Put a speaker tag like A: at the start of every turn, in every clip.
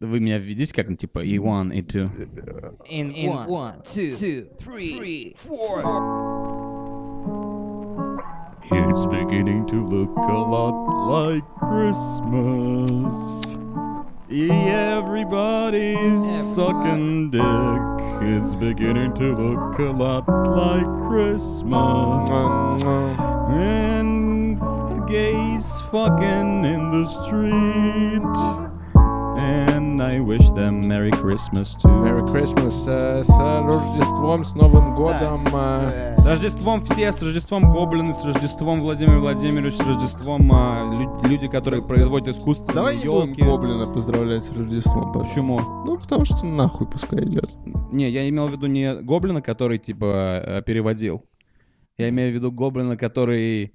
A: Вы меня введите как-нибудь, типа, и one, и two.
B: In, in one, two, two, three, four.
C: It's beginning to look a lot like Christmas. Everybody's sucking dick. It's beginning to look a lot like Christmas. And gays fucking in the street. And I wish them Merry Christmas too.
D: Merry Christmas э, с Рождеством, с Новым годом. э,
C: С Рождеством все, с Рождеством гоблины, с Рождеством Владимир Владимирович, с Рождеством а, лю- люди, которые производят искусство.
D: Давай не будем
C: елки.
D: Гоблина поздравлять с Рождеством. Паш.
C: э, Почему?
D: Ну, потому что нахуй пускай идет.
C: Не, я имел в виду не гоблина, который типа э, переводил. Я имею в виду гоблина, который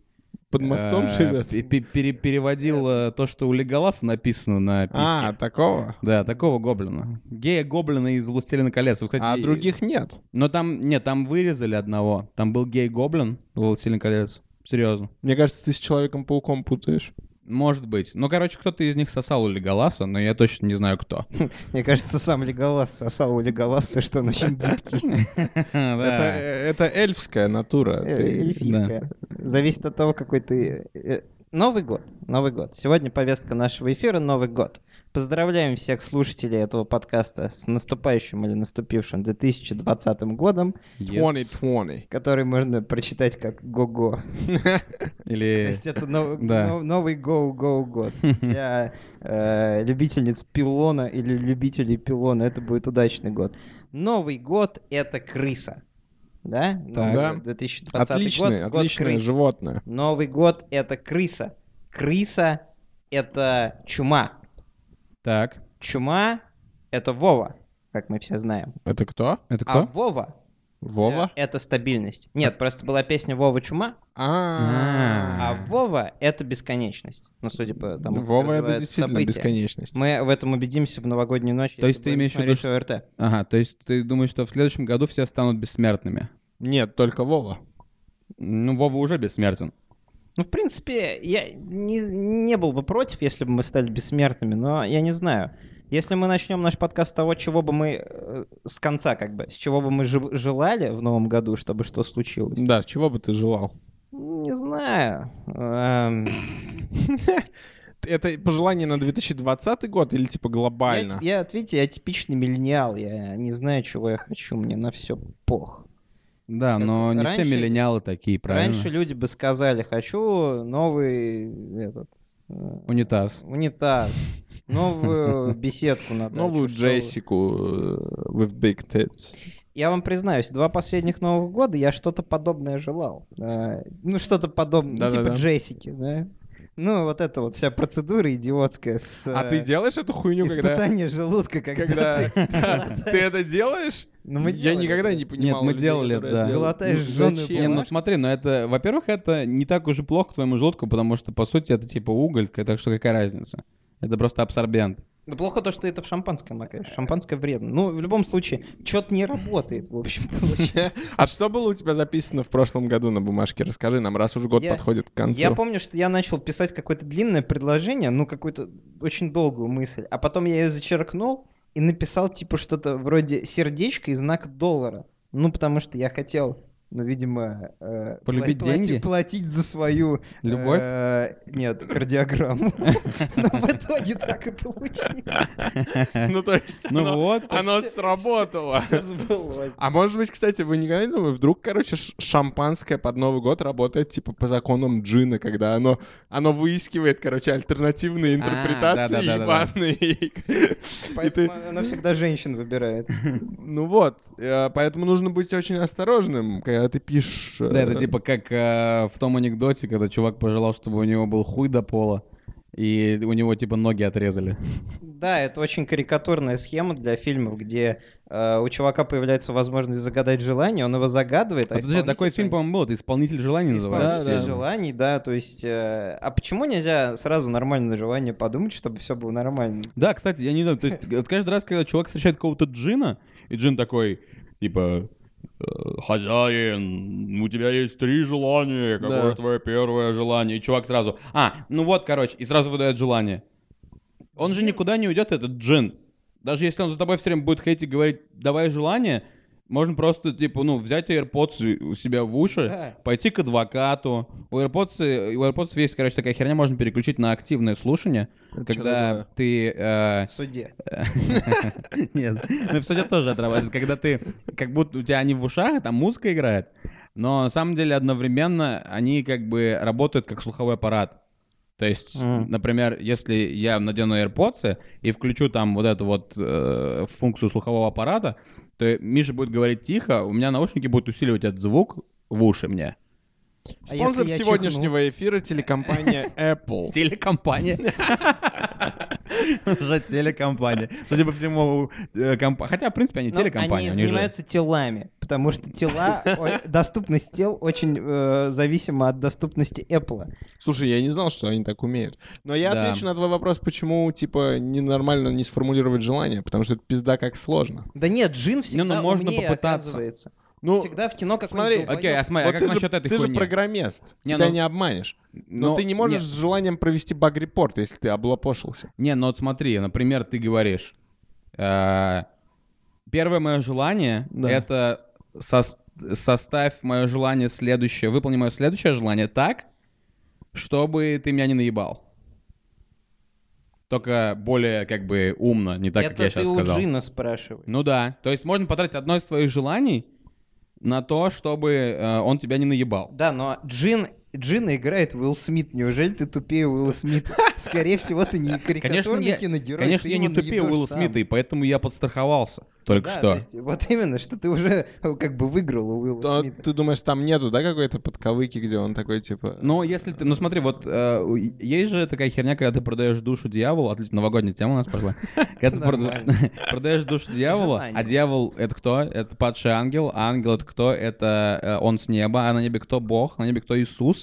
D: Под мостом
C: э,
D: живет.
C: пе- пе- пере- переводил э, то, что у Леголаса написано на писке.
D: А, такого?
C: Да, такого гоблина. Гея гоблина из «Властелина колец». Вот, кстати,
D: А других нет.
C: Но там, нет, там вырезали одного. Там был гей-гоблин в «Властелин колец». Серьезно.
D: Мне кажется, ты с Человеком-пауком путаешь.
C: Может быть. Ну, короче, кто-то из них сосал у Леголаса, но я точно не знаю, кто.
B: Мне кажется, сам Леголас сосал у Леголаса, что он очень гибкий.
D: Это,
C: Да.
D: э, это эльфская натура.
B: Э,
D: Ты-
B: эльфийская. Зависит от того, какой ты... э, Новый год, Новый год. Сегодня повестка нашего эфира — Новый год. Поздравляем всех слушателей этого подкаста с наступающим или наступившим 2020 годом,
C: Yes.
D: 2020.
B: который можно прочитать как «Го-го». То
D: Э,
C: Или...
B: есть это нов-
C: Да.
B: нов- новый «Go-go-год». Для э, любительниц пилона или любителей пилона это будет удачный год. Новый год — это крыса. Да? Новый
D: Да.
B: год, 2020
D: Отличное,
B: год, год
D: отличное
B: крысы.
D: животное.
B: Новый год — это крыса. Крыса — это чума.
C: Так.
B: Чума — это Вова, как мы все знаем.
D: Это кто?
C: Это
B: А
C: кто?
B: Вова — э,
D: Вова?
B: это стабильность. Нет, просто была песня «Вова чума», а
D: А.
B: Вова — это бесконечность. Ну, судя по тому, как
D: Вова это
B: развивается
D: действительно
B: событие.
D: бесконечность.
B: Мы в этом убедимся в новогоднюю ночь.
C: То есть
B: если
C: ты
B: будем
C: имеешь в виду,
B: смотреть ОРТ.
C: Ага, то есть ты думаешь, что в следующем году все станут бессмертными?
D: Нет, только Вова.
C: Ну, Вова уже бессмертен.
B: Ну, в принципе, я не, не был бы против, если бы мы стали бессмертными, но я не знаю. Если мы начнем наш подкаст с того, чего бы мы э, с конца, как бы, с чего бы мы жел- желали в новом году, чтобы что случилось,
D: Да, чего бы ты желал?
B: не знаю. Эм,
D: Это пожелание на 2020 год или типа
B: я,
D: глобально?
B: ти- я, вот видите, я типичный миллениал, я не знаю, чего я хочу, мне на все пох.
C: Да,
B: Как
C: но не
B: раньше-
C: все миллениалы такие, правильно?
B: Раньше люди бы сказали, хочу новый этот, э,
C: Унитаз.
B: унитаз, новую беседку на даче,
D: Новую
B: что-
D: Джессику э, with big tits.
B: Я вам признаюсь, два последних Новых года я что-то подобное желал. Э, Ну, что-то подобное,
D: Да-да-да.
B: типа Джессики, да? Ну, вот это вот вся процедура идиотская с...
D: А
B: э,
D: ты делаешь эту хуйню, когда...
B: Испытание желудка, когда,
D: Когда
B: ты
D: Да, ты это делаешь?
B: Ну, мы
D: Я
B: делали
D: никогда
B: это.
D: не понимал.
C: Нет, мы
D: людей,
C: делали,
D: которые
C: да.
D: делают.
B: Глотаешь
D: Ну,
B: жжёную
D: зачем?
C: Не, ну смотри, но это, во-первых, это не так уж и плохо твоему желудку, потому что, по сути, это типа уголь, к- так что какая разница? Это просто абсорбент.
B: Да плохо то, что это в шампанском, а, конечно. Шампанское вредно. Ну, в любом случае, что-то не работает, в общем, получается.
D: А что было у тебя записано в прошлом году на бумажке? Расскажи нам, раз уж год
B: Я-
D: подходит к концу.
B: Я помню, что я начал писать какое-то длинное предложение, ну, какую-то очень долгую мысль, а потом я ее зачеркнул и написал, типа, что-то вроде сердечко и знак доллара. Ну, потому что я хотел, ну, видимо... э,
C: Полюбить
B: пла- плати-
C: деньги?
B: Платить за свою...
C: Любовь?
B: э, Нет, кардиограмму. Но в итоге так и получилось.
D: Ну, то есть
C: Ну
D: оно
C: вот.
D: оно сработало.
B: Сбылось.
D: А может быть, кстати, вы никогда не думали, вдруг, короче, ш- шампанское под Новый год работает, типа, по законам джина, когда оно, оно выискивает, короче, альтернативные интерпретации
C: А, да-да-да-да-да.
D: ебаные. И- и ты-
B: Поэтому она всегда женщин выбирает.
D: Ну вот, э, поэтому нужно быть очень осторожным, когда ты пишешь... э,
C: Да, это типа как э, в том анекдоте, когда чувак пожелал, чтобы у него был хуй до пола, и у него типа ноги отрезали.
B: Да, это очень карикатурная схема для фильмов, где э, у чувака появляется возможность загадать желание, он его загадывает. А
C: Вот, подожди, такой
B: исполнитель-
C: фильм, по-моему, был, это «Исполнитель желаний» называется.
B: Исполнитель
D: Да, да.
B: желаний, да, то есть... э, а почему нельзя сразу нормальное желание подумать, чтобы все было нормально?
C: Да, кстати, я не знаю, то есть вот каждый раз, когда чувак встречает какого-то джина, и джин такой, типа, «Э, хозяин, у тебя есть три желания, какое
D: Да.
C: твое первое желание? И чувак сразу, а, ну вот, короче, и сразу выдает желание. Он же никуда не уйдет, этот джин. Даже если он за тобой все время будет ходить и говорить «давай желание», можно просто, типа, ну, взять AirPods у себя в уши,
B: Да.
C: пойти к адвокату. У AirPods, у AirPods есть, короче, такая херня, можно переключить на активное слушание,
D: Это
C: когда
D: чё
C: ты... э,
B: в суде.
C: Нет, ну в суде тоже отрабатывает, когда ты, как будто у тебя они в ушах, а там музыка играет, но на самом деле одновременно они как бы работают как слуховой аппарат. То есть,
B: Мгм.
C: например, если я надену AirPods и включу там вот эту вот э, функцию слухового аппарата, то Миша будет говорить тихо, у меня наушники будут усиливать этот звук в уши мне.
B: А если
D: Спонсор
B: я
D: сегодняшнего эфира телекомпания Apple.
C: Телекомпания. Уже телекомпания. Судя по всему, э, компа- хотя, в принципе, они
B: Ну,
C: телекомпания.
B: Они
C: у них же-
B: занимаются телами, потому что тела, о- доступность тел очень э, зависима от доступности Apple.
D: Слушай, я не знал, что они так умеют. Но я
C: Да.
D: отвечу на твой вопрос, почему, типа, ненормально не сформулировать желание, потому что это пизда как сложно.
B: Да нет, Джин всегда
C: ну, можно
B: умнее
C: попытаться.
B: оказывается.
D: Ну,
B: всегда в кино как
D: смотри,
C: Окей, а смотри,
D: вот
C: а как
D: ты, же,
C: насчет этой
D: ты же
C: хуйни?
D: программист,
C: Не,
D: тебя
C: ну-
D: не обманешь. Но,
C: Ну,
D: ты не можешь
C: не-
D: с желанием провести баг-репорт, если ты облапошился.
C: Не, ну вот смотри, например, ты говоришь, э, первое мое желание
D: Да.
C: это сос- составь мое желание следующее, выполни мое следующее желание так, чтобы ты меня не наебал. Только более как бы умно, не так, как
B: Это
C: я
B: ты
C: сейчас
B: у
C: сказал.
B: Джина спрашиваешь.
C: Ну да, то есть можно потратить одно из своих желаний на то, чтобы э, он тебя не наебал.
B: Да, но Джин Джина играет Уилл Смит. Неужели ты тупее Уилла Смита? Скорее всего, ты не
C: Конечно,
B: карикатурный
C: я,
B: киногерой.
C: конечно,
B: ты
C: я
B: его
C: не тупее
B: наебёшь
C: Уилла
B: сам.
C: Смита, и поэтому я подстраховался только
B: Да,
C: что.
B: то есть вот именно, что ты уже как бы выиграл у Уилла
D: Да,
B: Смита.
D: А ты думаешь, там нету, да, какой-то подковыки, где он такой, типа...
C: Но если ты, ну смотри, вот э, у- есть же такая херня, когда ты продаешь душу дьяволу, отлично, новогодняя тема у нас пошла. Когда ты
B: Нормально.
C: прода- продаешь душу дьявола, а
B: Желание.
C: дьявол это кто? Это падший ангел, а ангел это кто? Это э, он с неба, а на небе кто? Бог, на небе кто? Иисус.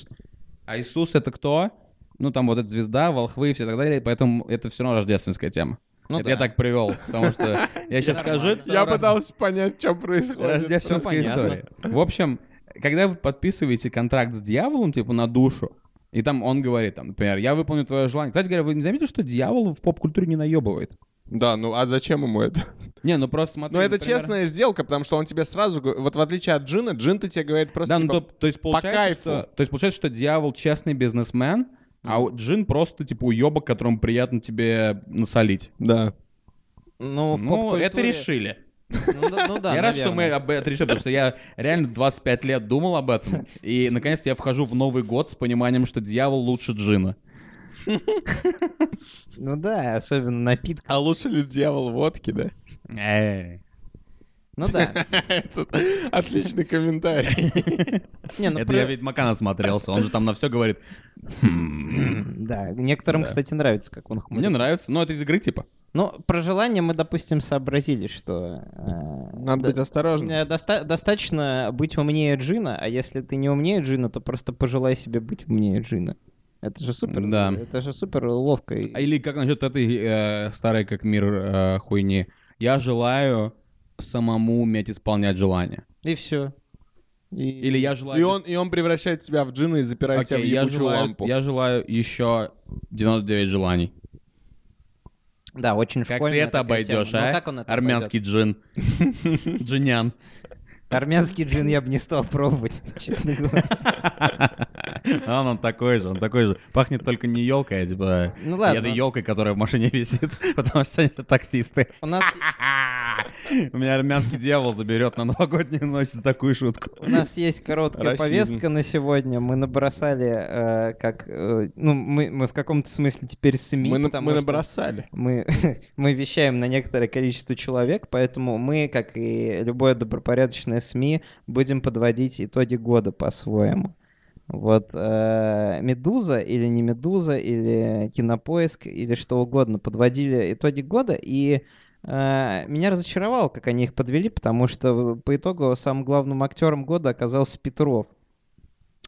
C: А Иисус это кто? Ну там вот эта звезда, волхвы и все так далее, поэтому это все равно рождественская тема.
D: Ну
C: это
D: да.
C: я так привел, потому что я сейчас скажу. это
D: Я
C: сразу-
D: пытался понять, что
C: ну,
D: происходит.
C: Рождественская история. В общем, когда вы подписываете контракт с дьяволом, типа, на душу, и там он говорит, там, например, я выполню твое желание. Кстати говоря, вы не заметили, что дьявол в поп-культуре не наебывает?
D: Да, ну а зачем ему это?
C: Не, ну просто смотри.
D: Ну это
C: например-
D: честная сделка, потому что он тебе сразу... го- Вот в отличие от Джина, Джин-то тебе говорит просто,
C: Да, ну
D: типа,
C: то, то есть получается,
D: кайфу.
C: Что, то есть получается, что дьявол честный бизнесмен, а у- Джин просто типа уебок, которому приятно тебе насолить.
D: Да.
B: Ну, в
C: ну, это
B: поп-культуре-
C: решили.
B: Ну да, ну да,
C: я рад, что мы
B: наверное.
C: об этом решили, потому что я реально 25 лет думал об этом. И наконец-то я вхожу в Новый год с пониманием, что дьявол лучше Джина.
B: Ну да, особенно напитка.
D: А лучше ли дьявол водки, да?
C: Э,
B: Ну да.
D: Этот отличный комментарий.
B: Не, ну
C: Это
B: про-
C: я Ведьмака насмотрелся, он же там на все говорит. «Хм,
B: Да, некоторым, кстати, нравится, как он
C: Мне
B: хмурится.
C: нравится, но это из игры типа.
B: Ну, про желание мы, допустим, сообразили, что... э,
D: Надо
B: да-
D: быть осторожным.
B: э, доста- Достаточно быть умнее Джина, а если ты не умнее Джина, то просто пожелай себе быть умнее Джина. Это же супер,
C: Да.
B: это же супер ловко. и-
C: А Или как насчет этой э, старой как мир э, хуйни. Я желаю самому уметь исполнять желания.
B: И все.
C: Или я желаю...
D: И он, и он превращает тебя в джина и запирает
C: Окей,
D: тебя в
C: я
D: ебучую
C: желаю,
D: лампу.
C: я желаю еще 99 желаний.
B: Да, очень
C: Как
B: школьная
C: ты это
B: такая
C: обойдешь,
B: тема.
C: а?
B: Ну, как он это
C: Армянский джин. Джинян.
B: обойдёт? Армянский джин я бы не стал пробовать, честно говоря.
C: А он, он такой же, он такой же. Пахнет только не елкой, а типа...
B: Ну ладно.
C: еду елкой, которая в машине висит, потому что они таксисты.
B: У нас,
C: У меня армянский дьявол заберет на новогоднюю ночь за такую шутку.
B: у нас есть короткая
D: Расизм.
B: повестка на сегодня. Мы набросали, э, как... э, ну, мы, мы в каком-то смысле теперь СМИ,
D: мы на-
B: потому
D: мы
B: что
D: набросали.
B: Мы, мы вещаем на некоторое количество человек, поэтому мы, как и любое добропорядочное СМИ, будем подводить итоги года по-своему. Вот э, Медуза или не Медуза, или Кинопоиск, или что угодно, подводили итоги года, и э, меня разочаровало, как они их подвели, потому что по итогу самым главным актером года оказался Петров.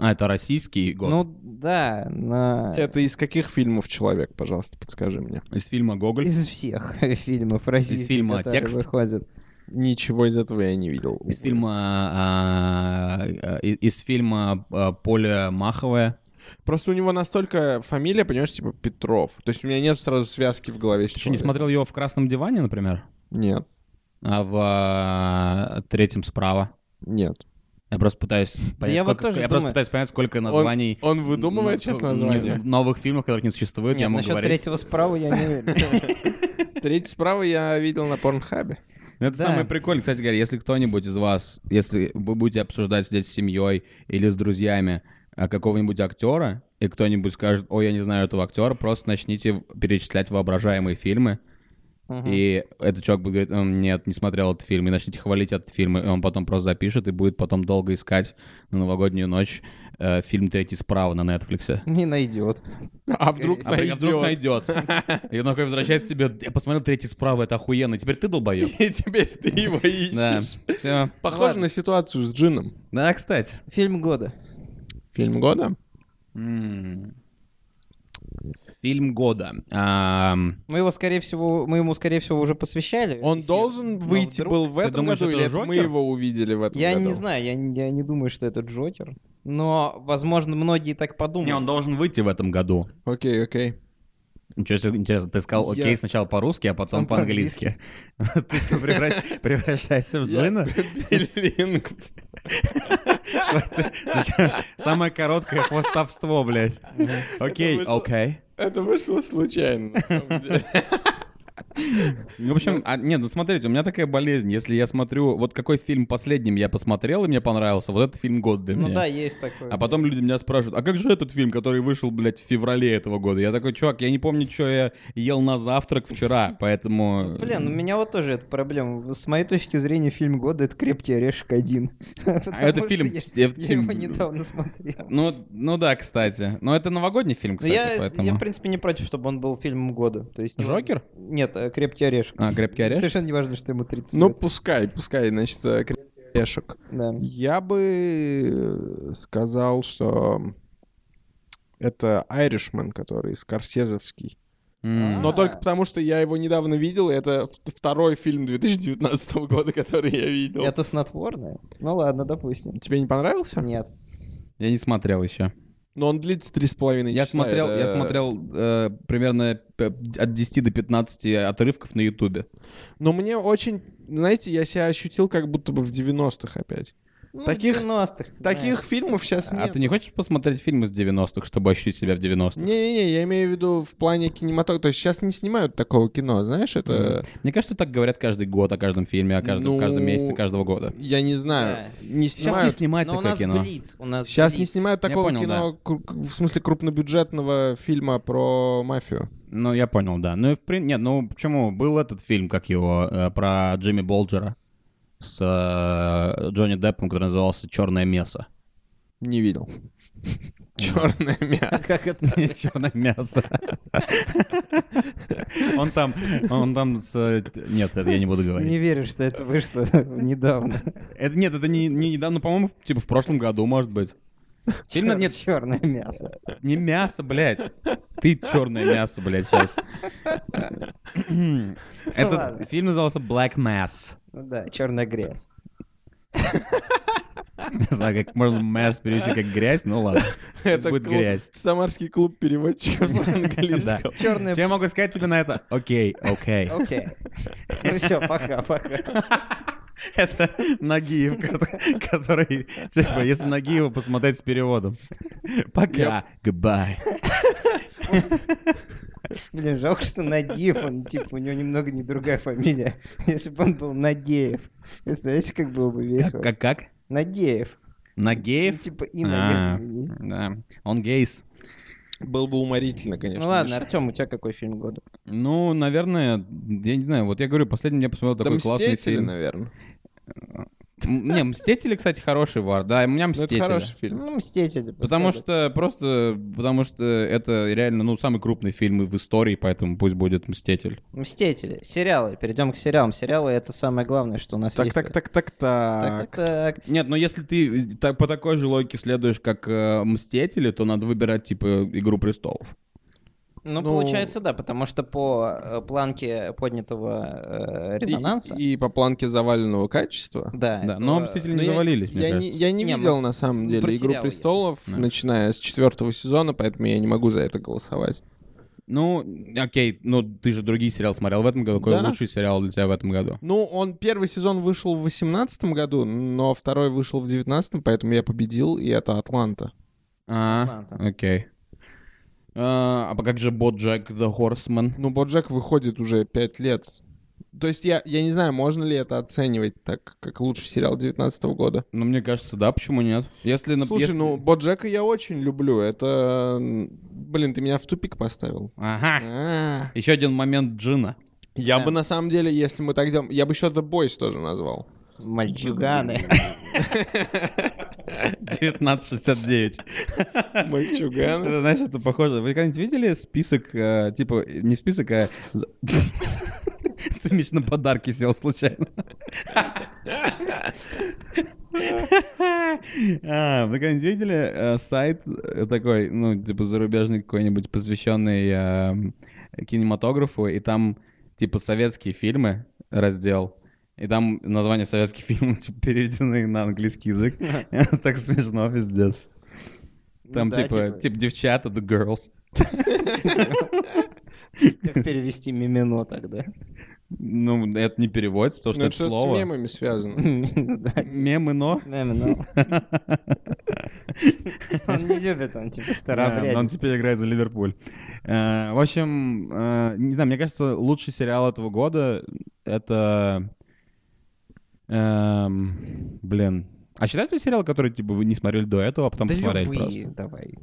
C: А, это российский год. Э,
B: Ну да, на-
D: Это из каких фильмов человек, пожалуйста, подскажи мне.
C: Из фильма «Гоголь».
B: из всех фильмов российских,
C: фильма
B: которые
C: «Текст».
B: выходят.
D: Ничего из этого я не видел.
C: Из фильма, а, а, и- из фильма а, «Поле Маховое».
D: Просто у него настолько фамилия, понимаешь, типа Петров. То есть у меня нет сразу связки в голове с
C: Еще не
D: человеком.
C: смотрел его в красном диване, например,
D: Нет,
C: а в э, третьем справа.
D: нет.
C: Я просто пытаюсь понять,
B: я вот
C: сколько-
B: тоже
C: я просто
B: думаю.
C: пытаюсь понять, сколько названий.
D: Он выдумывает сейчас
C: ну,
D: название?
C: н- Новых фильмов, которых не существует,
B: Нет,
C: я могу
B: насчет
C: говорить.
B: третьего справа я не верю.
D: Третий справа я видел на Порнхабе.
C: Ну, Это
B: Да.
C: самое прикольное, кстати говоря, если кто-нибудь из вас, если вы будете обсуждать здесь с семьей или с друзьями а, какого-нибудь актера, и кто-нибудь скажет, ой, я не знаю этого актера, просто начните перечислять воображаемые фильмы,
B: Мгм.
C: и этот человек будет говорить, «М, нет, не смотрел этот фильм, и начните хвалить этот фильм, и он потом просто запишет и будет потом долго искать на новогоднюю ночь э, фильм «Третий справа» на Нетфликсе.
B: Не найдет.
D: А вдруг
C: А при- а вдруг
D: найдет?
C: найдет. И он такой возвращается к тебе, я посмотрел «Третий справа», это охуенно, теперь ты долбоеб.
D: И теперь ты его
C: Да. Ну
D: ищешь.
C: Всё.
D: Похоже на ситуацию с Джином.
C: Да, кстати.
B: Фильм года.
D: Фильм года?
C: М. Фильм года. Ам,
B: Мы его, скорее всего, мы ему, скорее всего, уже посвящали.
D: Он
B: эфир,
D: должен
B: но
D: выйти
B: вдруг-
D: был в этом
C: думаешь,
D: году
C: это
D: или это мы
C: Джокер?
D: его увидели в этом
B: Я
D: году?
B: не знаю, я, не- я не думаю, что это Джокер. Но, возможно, многие так подумают.
C: Не, он должен выйти в этом году.
D: Окей, окей.
C: Ничего себе, интересно, ты сказал
D: Я-
C: окей сначала по-русски, а потом
B: Потом
C: по-английски. Ты что, превращ- превращаешься в джина?
D: Билинг.
C: Зачем? Самое короткое хвостовство, блядь. Окей,
D: Это вышло-
C: окей.
D: Это вышло случайно, на самом деле.
C: Ну, В общем, а, нет, ну смотрите, у меня такая болезнь. Если я смотрю, вот какой фильм последним я посмотрел и мне понравился, вот этот фильм год для
B: Ну
C: меня.
B: да, есть такое.
C: А потом люди меня спрашивают, а как же этот фильм, который вышел, блядь, в феврале этого года? Я такой, чувак, я не помню, что я ел на завтрак вчера, поэтому...
B: Ну, Блин, у меня вот тоже эта проблема. С моей точки зрения, фильм года — это «Крепкий орешек один».
C: А это фильм...
B: Я,
C: я в-
B: я
C: фильм-
B: его недавно смотрел.
C: Ну, ну да, кстати. Но это новогодний фильм,
B: Но
C: кстати,
B: Ну, я,
C: поэтому...
B: я, в принципе, не против, чтобы он был фильмом года. То есть, не
C: Джокер?
B: важно- Нет, э, «Крепкий орешек».
C: А, «Крепкий орешек»?
B: Совершенно не важно, что ему 30
D: Ну,
B: лет.
D: пускай, пускай, значит, э, крепкий орешек.
B: Да.
D: Я бы э, сказал, что это Айришман, который скорсезовский.
B: А?
C: М.
D: Но только потому, что я его недавно видел, и это в- второй фильм 2019 года, который я видел.
B: Это снотворное? Ну ладно, допустим.
D: Тебе не понравился?
B: Нет.
C: Я не смотрел еще.
D: Но он длится три с половиной часа.
C: Я смотрел, я
D: это-
C: смотрел э, примерно п- от 10 до 15 отрывков на Ютубе.
D: Но мне очень, знаете, я себя ощутил как будто бы в 90-х опять.
B: Ну,
D: Таких-
B: 90-х.
D: Таких фильмов сейчас
C: А
D: нет.
C: ты не хочешь посмотреть фильм из 90-х, чтобы ощутить себя в 90-х?
D: Не-не-не, я имею в виду в плане кинематографа. То есть сейчас не снимают такого кино, знаешь,
B: Э,
D: это...
C: Мне кажется, так говорят каждый год о каждом фильме, о каждом, в каждом
D: Ну,
C: месяце, каждого года.
D: Я не знаю. Не
C: Сейчас не
D: снимают.
C: снимают
B: Но у
C: такое
B: нас
C: кино.
B: Блиц. У нас
D: Сейчас не
B: Блиц.
D: снимают
C: Я
D: такого
C: понял,
D: кино, кру- к- в смысле крупнобюджетного фильма про мафию.
C: Ну, я понял, да. Ну, и в прин- Нет, ну, почему? Был этот фильм, как его, э, про Джимми Болджера с э, Джонни Деппом, который назывался «Черное мясо».
D: Не видел. Черное мясо.
B: Как это?
C: Черное мясо. Он там, он там с... э, Нет, это я не буду
B: Не
C: говорить.
B: верю, что это вышло недавно.
C: Это, нет, это не, не недавно, по-моему, типа в прошлом году, может быть. Фильм, нет,
B: черное мясо.
C: Не мясо, блядь. Ты черное мясо, блядь, сейчас.
B: ладно.
C: Этот фильм назывался Black Mass.
B: Ну Да, черная грязь.
C: Не знаю, как можно mass перевести как грязь, ну ладно.
D: Это
C: будет
D: клуб-
C: грязь.
D: Самарский клуб переводчиков с английского.
B: Черная.
C: Что я могу сказать тебе на это? Окей, окей.
B: Окей. Ну все, пока, пока.
C: Это Нагиев, кот- который, типа, если Нагиева посмотреть с переводом. Пока, goodbye.
B: Блин, жалко, что Надеев, он, типа, у него немного не другая фамилия. Если бы он был Надеев. Представляете, как было бы весело?
C: Как, как?
B: Надеев. Ну,
C: Нагеев?
B: Типа Инна,
C: А,
B: если бы не-
C: Да, он гейс.
D: Было бы уморительно, конечно.
B: Ну ладно,
D: Миша.
B: Артем, у тебя какой фильм года?
C: Ну, наверное, я не знаю, вот я говорю, последний я посмотрел
D: Да
C: такой классный
D: «Мстители», Ну,
C: фильм.
D: наверное.
C: М, Не, «Мстители», кстати, хороший вар, да, у меня
D: Ну, это
C: «Мстители».
D: хороший фильм.
B: Ну, «Мстители». пускай
C: Потому
B: будет.
C: что просто, потому что это реально, ну, самый крупный фильм и в истории, поэтому пусть будет «Мститель».
B: Мстители, сериалы. Перейдем к сериалам. Сериалы это самое главное, что у нас
D: Так,
B: есть.
D: так, так, так, так.
B: так, так.
C: Нет, но если ты так- по э, такой же логике следуешь, как э, «Мстители», то надо выбирать, типа, «Игру престолов».
B: Ну,
D: Ну,
B: получается, да, потому что по э, планке поднятого э, резонанса...
D: И, и по планке заваленного качества.
B: Да,
C: Да,
B: А, это-
C: но «Мстители»
D: Но
C: не
D: Ну, я-
C: завалились, мне
D: Я не,
C: кажется.
D: я не
B: Не,
D: видел,
B: ну,
D: на самом
B: ну,
D: деле,
B: про
D: «Игру
B: сериал,
D: престолов»,
C: если. Да.
D: начиная с четвертого сезона, поэтому я не могу за это голосовать.
C: Ну, окей, ну ты же другие сериалы смотрел в этом году. Какой
D: Да.
C: лучший сериал для тебя в этом году?
D: Ну, он первый сезон вышел в восемнадцатом году, но второй вышел в девятнадцатом, поэтому я победил, и это «Атланта».
C: А,
B: Атланта.
C: окей. А а как же Боджек The Horseman?
D: Ну, «Боджек» выходит уже пять лет. То есть я, я не знаю, можно ли это оценивать так, как лучший сериал девятнадцатого года.
C: Ну, мне кажется, да, почему нет? Если, нап-
D: Слушай,
C: если-
D: ну, «Боджека» я очень люблю. Это... м, Блин, ты меня в тупик поставил.
C: Ага.
D: А.
C: Еще один момент Джина.
D: Я
B: Да.
D: бы на самом деле, если мы так делаем, я бы еще The Boys тоже назвал.
B: Мальчуганы.
C: 1969.
D: Мальчуган.
C: Это, знаешь, это похоже. Вы когда-нибудь видели список, э, типа, не список, а... за- Ты, Миш, на подарки сел случайно. А, Вы когда-нибудь видели э, сайт э, такой, ну, типа, зарубежный какой-нибудь, посвященный эм, кинематографу, и там, типа, советские фильмы раздел, и там названия советских фильмов типа, переведены на английский язык. Это так смешно, пиздец. Там
B: Ну да,
C: типа, типа, девчата, the girls.
B: Как перевести мимино тогда?
C: Ну, это не переводится, потому что
D: Ну, это
C: это
D: что-то с
C: слово.
D: мемами связано.
B: Да,
C: Мемы, но.
B: мимино. ну. Он не любит, он типа
C: Да, Он
B: старообрядец.
C: теперь играет за Ливерпуль. Э, В общем, э, не знаю, мне кажется, лучший сериал этого года это... эм, Блин. А считается сериал, который, типа, вы не смотрели до этого, а потом
B: Да
C: посмотрели просто?
B: любые, давай.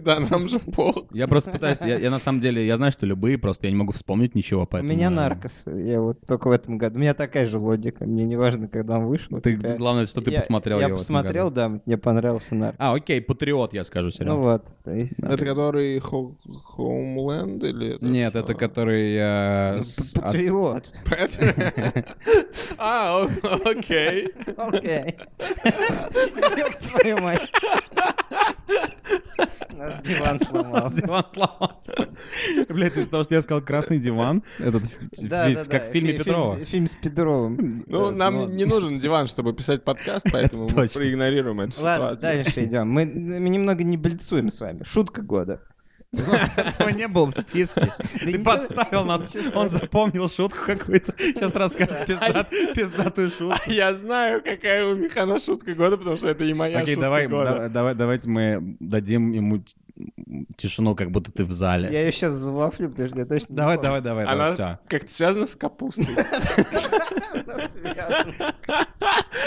D: Да, нам же пол.
C: Я просто пытаюсь... Я, я на самом деле... Я знаю, что любые, просто я не могу вспомнить ничего,
B: У
C: поэтому...
B: меня
C: наверное.
B: наркос. Я вот только в этом году. У меня такая же логика. Мне не важно, когда он вышел.
C: Ты,
B: типа,
C: главное, что ты
B: я-
C: посмотрел
B: Я
C: его в этом
B: посмотрел,
C: году.
B: да, мне понравился наркос.
C: А, окей, «Патриот», я скажу сериал.
B: Ну вот. то есть-
C: А
D: Это который Хо- Хоумленд или... это
C: Нет,
D: что?
C: это который... э,
B: Ну,
C: с- от-
B: Патриот.
D: А, о- окей.
B: Окей. Ёб твою мать. У нас диван сломался.
C: Диван сломался. Блядь, из-за того, что я сказал красный диван, этот ф- фи-
B: Да-да-да,
C: как в фильме
B: фи- фильм
C: Петрова.
B: с- Фильм с Петровым. Э,
D: Ну,
C: ну,
D: нам не нужен диван, чтобы писать подкаст, поэтому мы
C: точно.
D: проигнорируем эту
B: Ладно,
D: ситуацию.
B: дальше идем. Мы мы немного не блицуем с вами. Шутка года.
C: Этого не было в списке.
B: Да
C: Ты
B: ничего-
C: подставил нас. Он запомнил шутку какую-то. Сейчас расскажет пизда- пиздатую шутку.
D: Я знаю, какая у Михана шутка года, потому что это и моя
C: Окей,
D: шутка
C: давай,
D: года.
C: да- давай, давайте мы дадим ему т- тишину, как будто ты в зале.
B: Я ее сейчас завафлю, потому что я точно не
C: Давай,
B: помню.
C: давай, давай, давай,
D: Она
C: все.
D: как-то связана с капустой.
B: Она связана.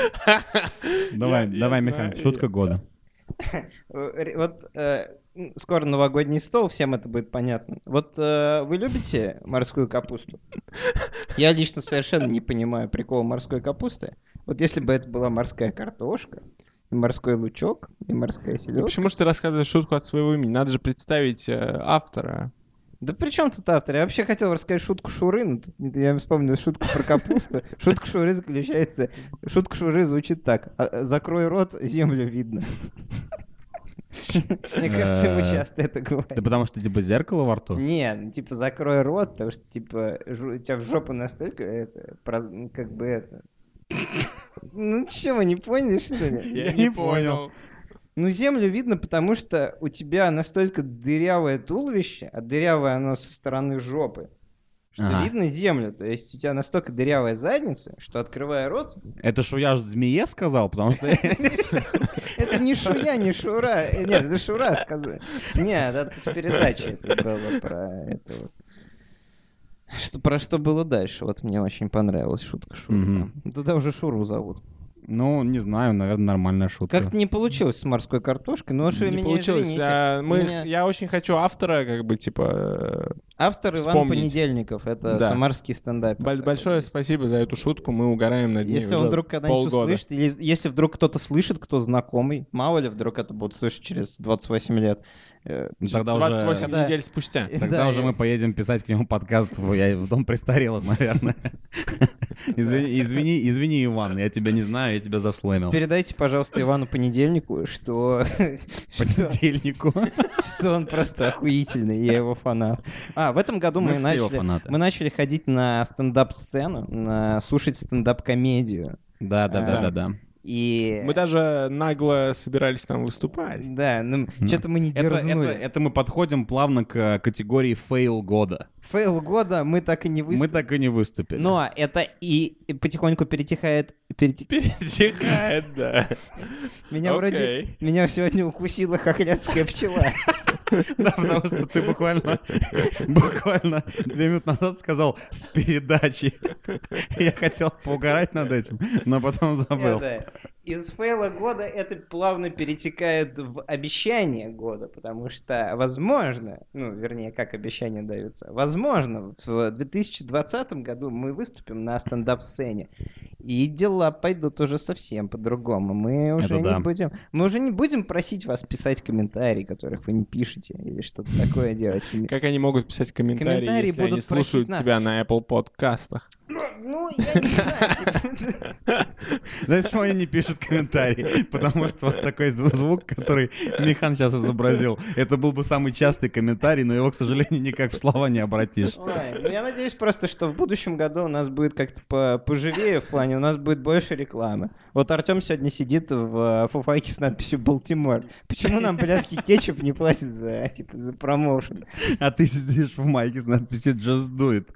C: Давай,
D: я
C: давай,
D: знаю
C: Михаил,
D: её.
C: шутка года.
B: Ре- Вот э, м, скоро новогодний стол, всем это будет понятно. Вот э, вы любите морскую капусту? Я лично совершенно не понимаю прикола морской капусты. Вот если бы это была морская картошка, и морской лучок, и морская
D: Ну,
B: селедка.
D: Почему же ты рассказываешь шутку от своего имени? Надо же представить э, автора.
B: Да при чем тут автор? Я вообще хотел рассказать шутку Шуры, но тут не- я вспомнил шутку про капусту. Шутка Шуры заключается... Шутка Шуры звучит так. «А, а, Закрой рот, землю видно. Мне кажется, мы
C: Э,
B: часто это
C: Да
B: говорим.
C: потому что, типа, зеркало во рту?
B: Не, ну, типа закрой рот, потому что типа жу- у тебя в жопу настолько это, проз- ну, как бы это. Ну че, вы не поняли, что ли?
D: Я
C: не понял.
B: Ну, землю видно, потому что у тебя настолько дырявое туловище, а дырявое оно со стороны жопы, что
C: Ага.
B: видно землю. То есть у тебя настолько дырявая задница, что открывая рот,
C: Это что я ж змее сказал, потому что
B: это не шуя, не шура. Э, Нет, это шура сказал. Нет, это с передачи это было про это вот. Что, про что было дальше? Вот мне очень понравилась шутка Шуры.
C: Мгм.
B: там. Тогда уже Шуру зовут.
C: Ну, не знаю, наверное, нормальная шутка.
B: Как-то не получилось с морской картошкой, но уж вы
D: Не
B: меня
D: получилось.
B: извините.
D: а, мы-
B: Меня-
D: Я очень хочу автора, как бы, типа... э,
B: Автор Иван
D: вспомнить.
B: Понедельников, это
D: Да.
B: самарский стендап.
D: боль- большое спасибо за эту шутку, мы угораем над ней
B: Если
D: уже
B: он вдруг когда-нибудь
D: полгода.
B: услышит, или если вдруг кто-то слышит, кто знакомый, мало ли вдруг это будут слышать через 28 лет. Э,
C: Ну, Тогда
D: 28
C: уже...
B: Да.
D: недель спустя.
B: и
C: Тогда
B: да,
C: уже
B: и-
C: мы поедем писать к нему подкаст в, я, в дом престарелых, наверное. Извини, извини, извини, Иван, я тебя не знаю, я тебя заслэмил.
B: Передайте, пожалуйста, Ивану Понедельнику, что... что-
C: Понедельнику.
B: что он просто охуительный, я его фанат. А, в этом году
C: Мы
B: мы,
C: все его
B: начали...
C: фанаты.
B: Мы начали ходить на стендап-сцену, на- слушать стендап-комедию.
C: Да, да,
B: А,
C: да, да, да.
B: И...
D: Мы даже нагло собирались там выступать.
B: Да, ну,
C: Да.
B: что-то мы не
C: Это,
B: дерзнули.
C: это- это мы подходим плавно к э, категории фейл года.
B: Фейл года мы так и не
C: Мы
B: выступили.
C: так и не выступили.
B: Но это и потихоньку перетихает... перети-
D: Перетекает, да.
B: Меня вроде...
D: Окей.
B: Меня сегодня укусила хохлядская пчела.
C: Да, потому что ты буквально, буквально две минуты назад сказал с передачи. Я хотел поугарать над этим, но потом забыл.
B: Это Из фейла года это плавно перетекает в обещание года, потому что, возможно, ну, вернее, как обещание даются, возможно, в 2020 году мы выступим на стендап-сцене, и дела пойдут уже совсем по-другому. Мы уже
C: Это
B: не
C: да.
B: будем... Мы уже не будем просить вас писать комментарии, которых вы не пишете, или что-то такое делать.
D: Как они могут писать комментарии,
B: Комментарии
D: если
B: будут
D: они слушают
B: просить нас.
D: тебя на Apple подкастах?
B: Ну, ну, я не знаю, типа,
C: Да почему они не пишут комментарии? Потому что вот такой зву- звук, который Михан сейчас изобразил, это был бы самый частый комментарий, но его, к сожалению, никак в слова не обратишь.
B: Ой, ну я надеюсь просто, что в будущем году у нас будет как-то по- поживее в плане, у нас будет больше рекламы. Вот Артем сегодня сидит в э, фуфайке с надписью «Балтимор». Почему нам блядский кетчуп не платит за, типа, за промоушен?
C: А ты сидишь в майке с надписью «Just do it».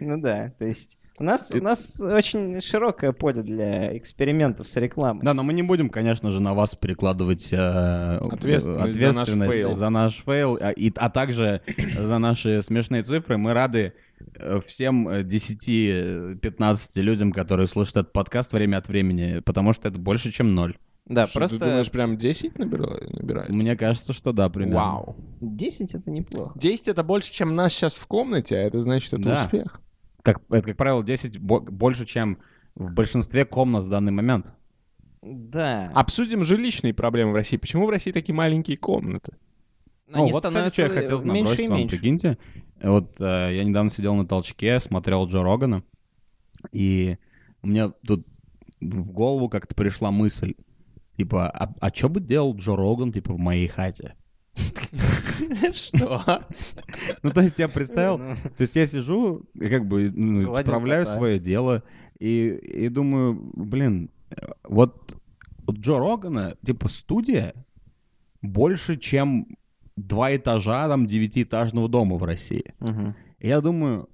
B: Ну да, то есть... У нас, у нас очень широкое поле для экспериментов с рекламой.
C: Да, но мы не будем, конечно же, на вас перекладывать э,
D: Ответственность за наш
C: ответственность
D: фейл.
C: за наш фейл, а, и- а также за наши смешные цифры. Мы рады э, всем э, 10-15 людям, которые слушают этот подкаст время от времени, потому что это больше, чем ноль.
B: Да,
D: Что,
B: просто
D: Ты думаешь, прям 10 набира- набирали?
C: Мне кажется, что да, примерно.
D: Вау.
B: 10 это неплохо.
D: 10 это больше, чем нас сейчас в комнате, а это значит, это
C: Да.
D: успех.
C: Как, это, как правило, 10 бо- больше, чем в большинстве комнат в данный момент.
B: А, Да.
D: Обсудим жилищные проблемы в России. Почему в России такие маленькие комнаты?
B: ну,
C: О, вот, кстати, что я хотел набросить
B: меньше и
C: вам,
B: меньше.
C: прикиньте. Вот э, я недавно сидел на толчке, смотрел Джо Рогана, и мне тут в голову как-то пришла мысль, типа, а, а что бы делал Джо Роган, типа, в моей хате?
D: Что?
C: Ну, то есть я представил,
B: Ну,
C: то есть я сижу, и как бы ну,
B: Гладил
C: исправляю
B: кота.
C: свое дело, и, и думаю, блин, э, вот у Джо Рогана, типа, студия больше, чем два этажа там девятиэтажного дома в России.
B: мгм.
C: Я думаю,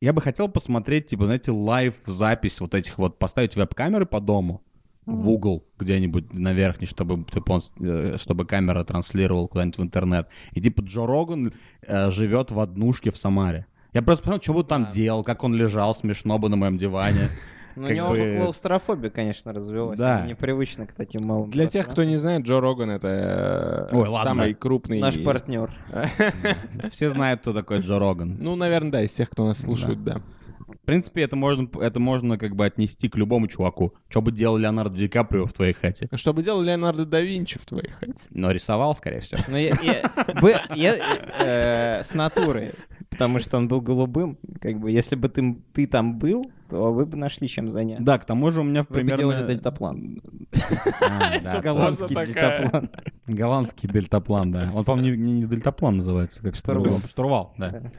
C: я бы хотел посмотреть, типа, знаете, лайв-запись вот этих вот, поставить веб-камеры по дому в угол где-нибудь на верхний, чтобы, типа, он с- э, чтобы камера транслировала куда-нибудь в интернет. И типа Джо Роган э, живет в однушке в Самаре. Я просто понял, что бы он там делал, как он лежал смешно бы на моем диване.
B: Ну, у
C: Как
B: него
C: бы-
B: клаустрофобия, конечно, развелась.
C: Да.
B: Ему Непривычно к таким малым
D: Для тех, кто
B: пространствам.
D: не знает, Джо Роган это э,
C: Ой, ладно.
D: самый крупный...
B: Наш партнер.
C: Все знают, кто такой Джо Роган.
D: Ну, наверное, да, из тех, кто нас слушает, да.
C: В принципе, это можно, это можно как бы отнести к любому чуваку. Что бы делал Леонардо Ди Каприо в твоей хате?
D: Что бы делал Леонардо да Винчи в твоей хате?
C: Но рисовал, скорее всего.
B: Ну, я, я- бы- я, э, с натуры, потому что он был голубым. Как бы, если бы ты, ты там был, то вы бы нашли чем заняться.
C: Да, к тому же у меня
B: Вы бы
C: примерно...
B: делали дельтаплан.
C: А, да,
B: Голландский
D: такая.
B: дельтаплан.
C: Голландский дельтаплан, да. Он, по-моему, не, не дельтаплан называется, как
B: Штурвал.
C: по-другому. Штурвал, да.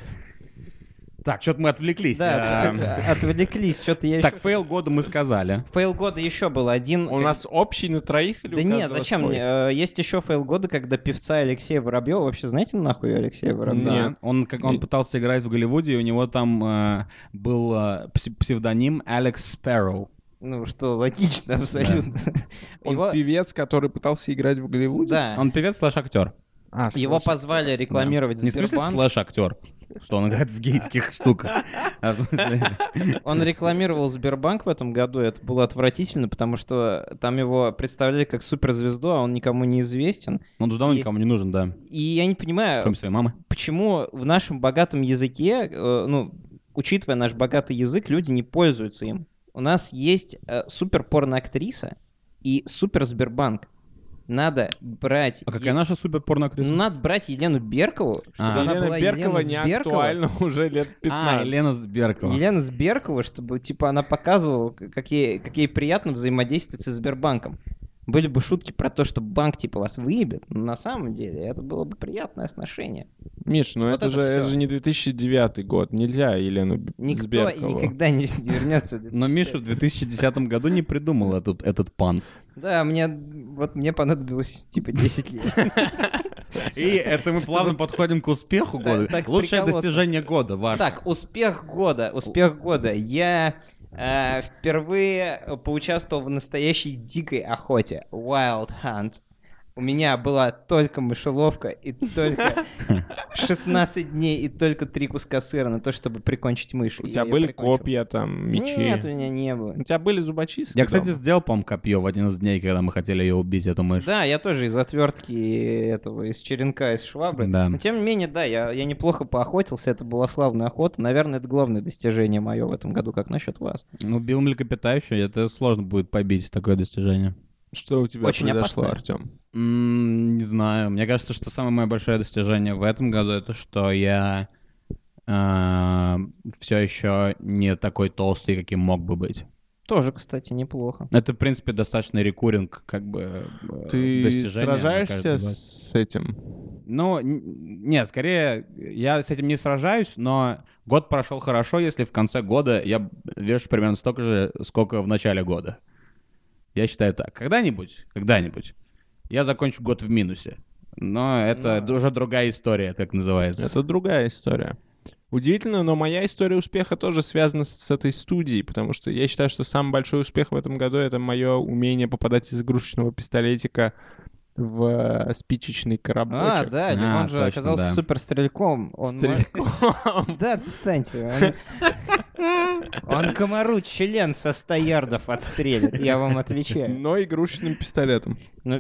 C: Так, что-то мы отвлеклись.
B: Да,
C: Эм,
B: от- отвлеклись. Что-то я
C: Так,
B: ещё-
C: фейл года мы сказали.
B: Фейл года еще был один.
D: У
B: Ну, как-
D: нас общий на троих или
B: Да
D: у
B: нет,
D: каждого
B: зачем?
D: свой?
B: мне? Э, Есть еще фейл года, когда певца Алексея Воробьева. Вообще знаете нахуй Алексея Воробьева?
C: Да. Он, как, он пытался играть в Голливуде, и у него там э, был э, пс- псевдоним Алекс Спэрроу.
B: Ну, что логично абсолютно.
D: Он
B: Его-
D: певец, который пытался играть в Голливуде?
B: Да.
C: Он певец слэш-актер.
D: А,
B: Его
D: слушай.
B: позвали рекламировать
C: Не в смысле
B: Сбербанк.
C: слэш-актер, что он играет в гейских штуках. А в смысле-
B: Он рекламировал Сбербанк в этом году, и это было отвратительно, потому что там его представляли как суперзвезду, а он никому не известен.
C: Он уже давно
B: И-
C: никому не нужен, да.
B: И я не понимаю,
C: Кроме своей мамы.
B: почему в нашем богатом языке, э, ну, учитывая наш богатый язык, люди не пользуются э, им. У нас есть супер порно актриса и супер Сбербанк. Надо брать...
C: А какая наша супер порно-актриса?
B: Надо брать Елену Беркову, чтобы
C: А.
B: она
D: Елена
B: была
D: Беркова
B: Елена
D: не
B: Сберкова.
D: актуальна уже лет 15.
C: А, Лена Сберкова.
B: Елена Сберкова, чтобы, типа, она показывала, к- как ей, как ей приятно взаимодействовать со Сбербанком. Были бы шутки про то, что банк, типа, вас выебет, но на самом деле это было бы приятное отношение.
D: Миш, ну
B: Вот
D: это,
B: это
D: же, это
B: всё.
D: же не 2009 год. Нельзя Елену Б-
B: Никто
D: Сберкову.
B: никогда не, не вернется. в 2000.
C: Но Миша в 2010 году не придумал этот, этот пан.
B: Да, мне, вот мне понадобилось, типа, 10 лет.
C: И это мы плавно подходим к успеху
B: Да,
C: года.
B: так
C: Лучшее
B: приколоться.
C: достижение года ваше.
B: Так, успех года, успех года. Я э, впервые поучаствовал в настоящей дикой охоте. Wild Hunt. У меня была только мышеловка и только 16 дней и только три куска сыра на то, чтобы прикончить мышь.
D: У
B: И
D: тебя
B: я
D: были
B: прикончил.
D: копья там, мечи?
B: Нет, у меня не было.
D: У тебя были зубочистки?
C: Я, кстати,
D: дома?
C: сделал, по-моему, копье в один из дней, когда мы хотели ее убить, эту мышь.
B: Да, я тоже из отвертки этого, из черенка, из швабры.
C: Да.
B: Но тем не менее, да, я, я неплохо поохотился, это была славная охота. Наверное, это главное достижение мое в этом году, как насчет вас.
C: Ну, бил млекопитающую, это сложно будет побить, такое достижение.
D: Что у тебя
B: Очень
D: произошло,
B: опасная.
D: Артем?
C: М, Не знаю. Мне кажется, что самое мое большое достижение в этом году это что я все еще не такой толстый, каким мог бы быть.
B: Тоже, кстати, неплохо.
C: Ну, Это, в принципе, достаточно рекуринг, как бы э, достижение, мне
D: Ты
C: кажется,
D: сражаешься
C: бывает.
D: с этим?
C: Ну, н- нет, скорее, я с этим не сражаюсь, но год прошел хорошо, если в конце года я вешу примерно столько же, сколько в начале года. Я считаю так. Когда-нибудь, когда-нибудь я закончу год в минусе. Но это
B: Ну.
C: уже другая история, как называется.
D: Это другая история. Удивительно, но моя история успеха тоже связана с- с этой студией, потому что я считаю, что самый большой успех в этом году — это мое умение попадать из игрушечного пистолетика в э, спичечный
B: А,
D: коробочек.
B: да,
C: А,
B: Димон же
C: точно,
B: оказался
C: да.
B: супер стрельком. Он
D: Стрельком.
B: Да, отстаньте. Он... он комару член со 100 ярдов отстрелит, я вам отвечаю.
D: Но игрушечным пистолетом.
B: Ну,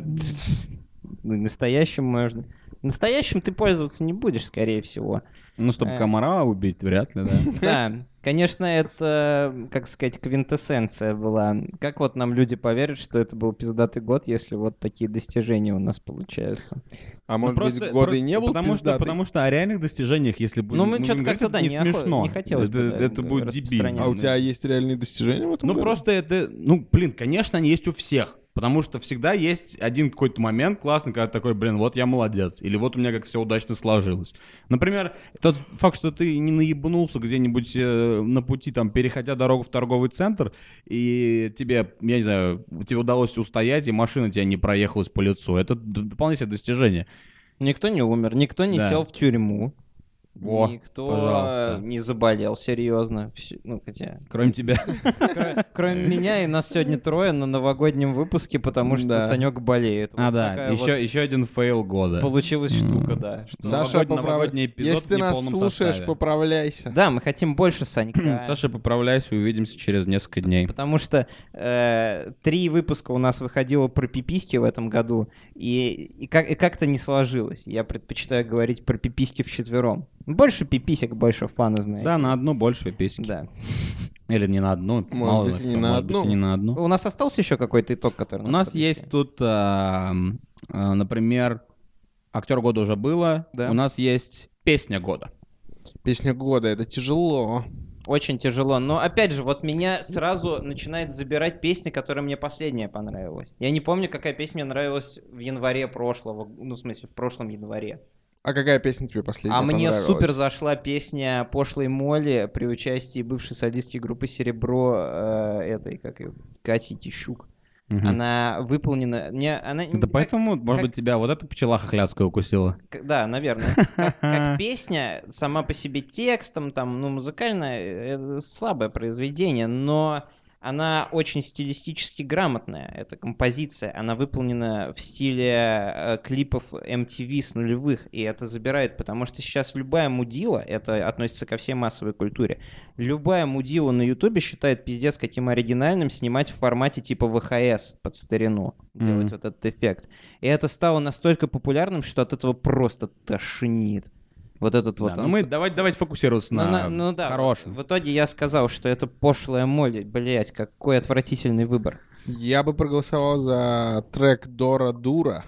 B: ну, настоящим можно. Настоящим ты пользоваться не будешь, скорее всего.
C: Ну, чтобы
B: Э.
C: комара убить, вряд ли, да.
B: Да, конечно, это, как сказать, квинтэссенция была. Как вот нам люди поверят, что это был пиздатый год, если вот такие достижения у нас получаются?
D: А может
C: Ну,
D: быть,
C: просто-
D: годы и
C: просто
D: не был
C: потому что,
D: пиздатый?
C: потому что о реальных достижениях, если бы...
B: Ну, мы чё-то
C: говорим,
B: как-то, да,
C: это не
B: не охо-
C: смешно.
B: не хотелось бы,
C: Это-
B: да,
C: Это будет
B: распространять.
C: дебильно.
D: А у тебя есть реальные достижения в этом
C: Ну
D: году?
C: просто это, ну блин, конечно, они есть у всех. Потому что всегда есть один какой-то момент классный, когда ты такой, блин, вот я молодец. Или вот у меня как все удачно сложилось. Например, тот факт, что ты не наебнулся где-нибудь э, на пути, там, переходя дорогу в торговый центр, и тебе, я не знаю, тебе удалось устоять, и машина тебя не проехалась по лицу. Это д- дополнительное достижение.
B: Никто не умер, никто не
C: Да.
B: сел в тюрьму,
C: Во,
B: никто
C: пожалуйста.
B: не заболел серьезно. Всё- Ну, хотя...
C: Кроме тебя.
B: кро- Кроме меня, и нас сегодня трое на новогоднем выпуске, потому что
D: Да.
B: Санек болеет.
C: А,
B: Вот
C: да,
B: такая
C: еще,
B: вот
C: еще один фейл года.
B: Получилась
C: М.
B: штука, да. что-
D: Саша,
C: новогодний-
D: поправ-
C: Ну, новогодний эпизод
D: если ты
C: в
D: нас
C: неполном
D: слушаешь,
C: составе.
D: поправляйся.
B: Да, мы хотим больше Санька.
C: Саша, поправляйся, увидимся через несколько дней.
B: Потому что э, три выпуска у нас выходило про пиписьки в этом году, и, и, как, и как-то не сложилось. Я предпочитаю говорить про пиписьки вчетвером. Больше пиписек, больше фана, знаете.
C: Да, на одну больше песен.
B: Да.
C: Или не на одну.
D: Может
C: мало
D: быть,
C: ли
D: и не
C: что,
D: на
C: может быть, и
D: одну.
C: не на одну.
B: У нас остался еще какой-то итог, который...
C: У
B: надо
C: нас
B: подвести?
C: есть тут, а, м, а, например, актер года уже было.
B: Да.
C: У нас есть песня года.
D: Песня года, это тяжело.
B: Очень тяжело. Но опять же, вот меня сразу начинает забирать песни, которая мне последняя понравилась. Я не помню, какая песня мне нравилась в январе прошлого, ну, в смысле, в прошлом январе.
D: А какая песня тебе последняя
B: А мне
D: понравилась?
B: супер зашла песня пошлой Молли при участии бывшей солистки группы Серебро э, этой, как ее, Кати Тищук.
C: Мгм.
B: Она выполнена. Не, она, не-
C: Да
B: как-
C: поэтому, может
B: как-
C: быть, тебя вот эта пчела хохлядская укусила.
B: как- да, наверное. Как, как песня, сама по себе текстом, там, ну, музыкальное, э, слабое произведение, но она очень стилистически грамотная, эта композиция. Она выполнена в стиле э, клипов MTV с нулевых, и это забирает, потому что сейчас любая мудила, это относится ко всей массовой культуре, любая мудила на Ютубе считает пиздец каким оригинальным снимать в формате типа ВХС под старину, делать
C: Мгм.
B: вот этот эффект. И это стало настолько популярным, что от этого просто тошнит. Вот этот вот...
C: Да, ну
B: он-
C: мы давайте, давайте фокусироваться
B: ну,
C: на,
B: на- ну да,
C: хорошем.
B: В итоге я сказал, что это пошлая молли. Блять, какой отвратительный выбор.
D: Я бы проголосовал за трек Дора Дура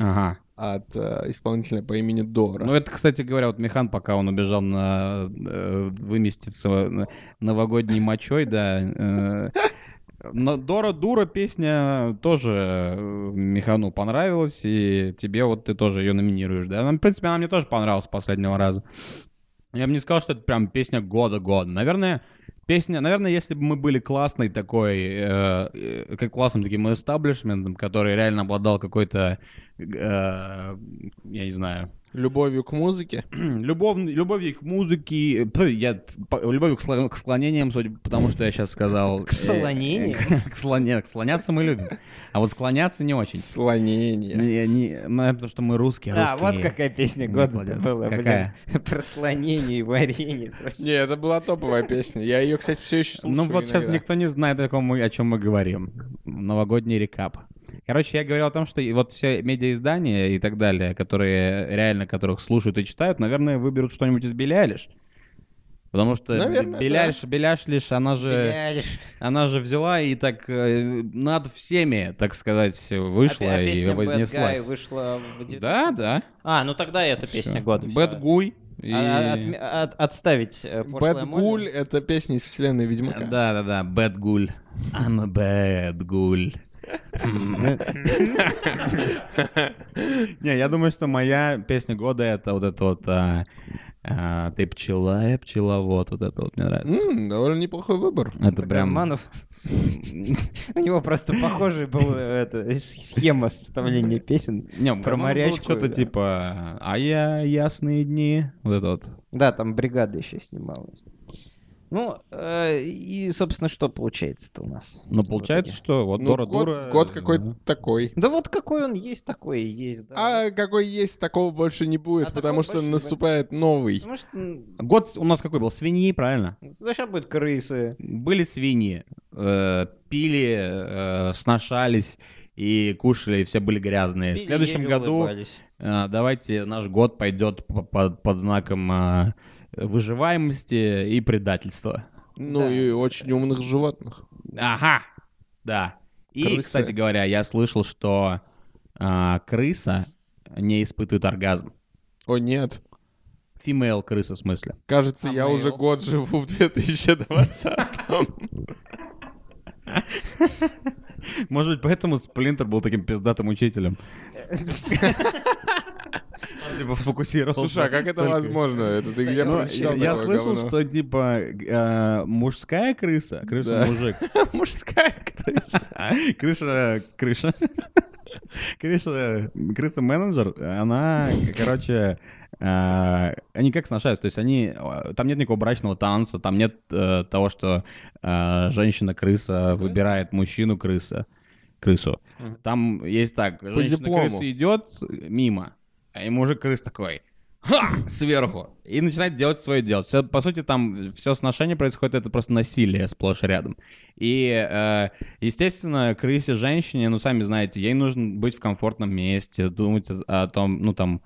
C: Ага.
D: от э, исполнителя по имени Дора.
C: Ну, это, кстати говоря, вот Михан, пока он убежал на э, выместиться на- новогодней мочой, да. э, но Дора Дура песня тоже э, Михану понравилась, и тебе вот ты тоже ее номинируешь, да? Ну, в принципе, она мне тоже понравилась с последнего раза. Я бы не сказал, что это прям песня года-года. Наверное, песня, наверное, если бы мы были классной такой, э, э, как классным таким эстаблишментом, который реально обладал какой-то, э, я не знаю,
D: Любовью к музыке.
C: любовь, любовью к музыке, пф, я по- любовью к, слон- к склонениям, судя по тому, что я сейчас сказал.
B: К слонению?
C: Э, к- К слоне- к Слоняться мы любим, а вот склоняться не очень.
D: Слонение.
C: Не- не- ну, это потому что мы русские,
B: А, вот
C: русские.
B: какая песня
C: Не
B: года
C: кладёт.
B: была,
C: Какая?
B: блин. Про слонение и варенье.
D: Не, это была топовая песня. Я ее, кстати, все еще слушаю
C: Ну вот сейчас
D: иногда.
C: никто не знает, о, ком мы- о чем мы говорим. Новогодний рекап. Короче, я говорил о том, что и вот все медиаиздания и так далее, которые реально которых слушают и читают, наверное, выберут что-нибудь из Белялиш. Потому что
D: Наверное,
C: Беляш, лишь, она же,
B: Блядь.
C: она же взяла и так э, над всеми, так сказать,
B: А
C: вышла
B: пе- а
C: и
B: песня Bad Guy
C: вознеслась.
B: вышла в 90-х?
C: Да, да.
B: А, ну тогда это песня года. всё.
C: Бэт Гуй. и-
B: А- а- отме- от- Отставить э, пошлое
D: Bad
B: море.
D: Гуль — это песня из вселенной Ведьмака.
C: Да, да, да, Бэт Гуль. I'm a bad гуль. Не, я думаю, что моя песня года это вот это вот а, а, ты пчела, я пчеловод, вот это вот мне нравится.
D: М, довольно неплохой выбор.
C: Это
B: Тогда
C: прям.
B: Зманов. У него просто похожая была эта, с- схема составления песен.
C: Не,
B: Про морячку,
C: Что-то
B: да.
C: типа А я ясные дни. Вот это вот.
B: Да, там бригада еще снималась. Ну, э, и, собственно, что получается-то у нас?
C: Но
B: в
C: Ну, получается,
B: итоге?
C: что вот
D: Ну,
C: Дора
D: год,
C: Дура. э,
D: год какой-то такой.
B: Да вот какой он есть, такой и есть. Да.
D: А какой есть, такого больше не будет,
B: А
D: потому
B: такого
D: что
B: больше не
D: наступает новый.
B: Потому что м,
C: Год у нас какой был? Свиньи, правильно?
B: вообще будет крысы.
C: Были свиньи, э, пили, э, сношались и кушали, и все были грязные.
B: Пили,
C: В следующем
B: ели,
C: году
B: улыбались.
C: э, давайте наш год пойдет по- по- под знаком э, выживаемости и предательства.
D: Ну
B: Да.
D: и очень умных животных.
C: Ага, да. И,
D: Крысы.
C: кстати говоря, я слышал, что э, крыса не испытывает оргазм.
D: О нет,
C: Female крыса, в смысле.
D: кажется,
B: А
D: я
B: мейл?
D: уже год живу в 2020
C: Может быть, поэтому Сплинтер был таким пиздатым учителем. Он, типа сфокусировался.
D: Слушай, а как это
C: только-
D: возможно? Это ты где
C: Ну,
D: прочитал
C: я
D: такое
C: слышал,
D: говно?
C: что типа г- э, мужская крыса, крыса
D: Да.
C: мужик,
D: Мужская крыса.
C: крыша крыша, крыша крыса менеджер, она, короче, э, они как сношаются, то есть они э, там нет никакого брачного танца, там нет э, того, что э, женщина крыса выбирает мужчину крыса крысу. Там есть так, женщина
D: диплому.
C: крыса идет мимо, а и мужик крыс такой. Ха! Сверху. И начинает делать свое дело. Всё, по сути, там все сношение происходит, это просто насилие сплошь и рядом. И, э, естественно, крысе женщине, ну, сами знаете, ей нужно быть в комфортном месте, думать о, о том, ну, там,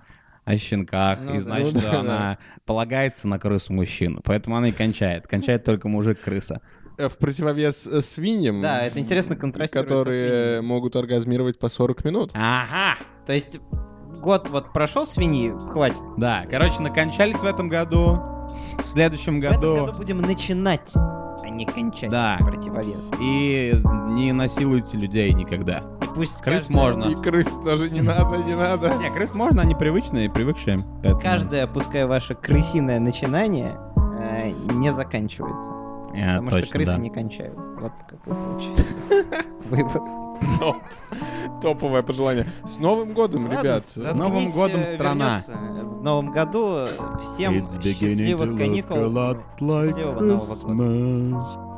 C: о щенках,
B: Ну
C: и
B: да.
C: знать,
D: Ну
C: что
D: да, да.
C: она полагается на крысу-мужчину. Поэтому она и кончает. Кончает только мужик-крыса.
D: Э, В противовес э, свиньям.
B: Да, это интересно контрастирует со
D: Которые
B: свиньями.
D: могут оргазмировать по 40 минут.
C: Ага!
B: То есть год вот прошел свиньи, хватит.
C: Да, короче, накончались в этом году. В следующем
B: В этом
C: году...
B: году будем начинать, а не кончать.
C: Да.
B: в Противовес.
C: И не насилуйте людей никогда.
B: И пусть
C: Крыс
B: каждый-
C: можно.
D: И крыс даже не надо, не надо.
C: Не, крыс можно, они привычные, привыкшие. поэтому
B: каждое, пускай ваше крысиное начинание э, не заканчивается.
C: я
B: потому
C: А, точно,
B: что крысы
C: да.
B: не кончают. Вот как вы получается. Вывод.
D: Топ. Топовое пожелание. С Новым годом,
B: Ладно,
D: ребят.
B: заткнись,
C: Новым годом,
B: э,
C: страна.
B: вернется. В новом году всем счастливых каникул. Счастливого Нового года.
C: Нового года.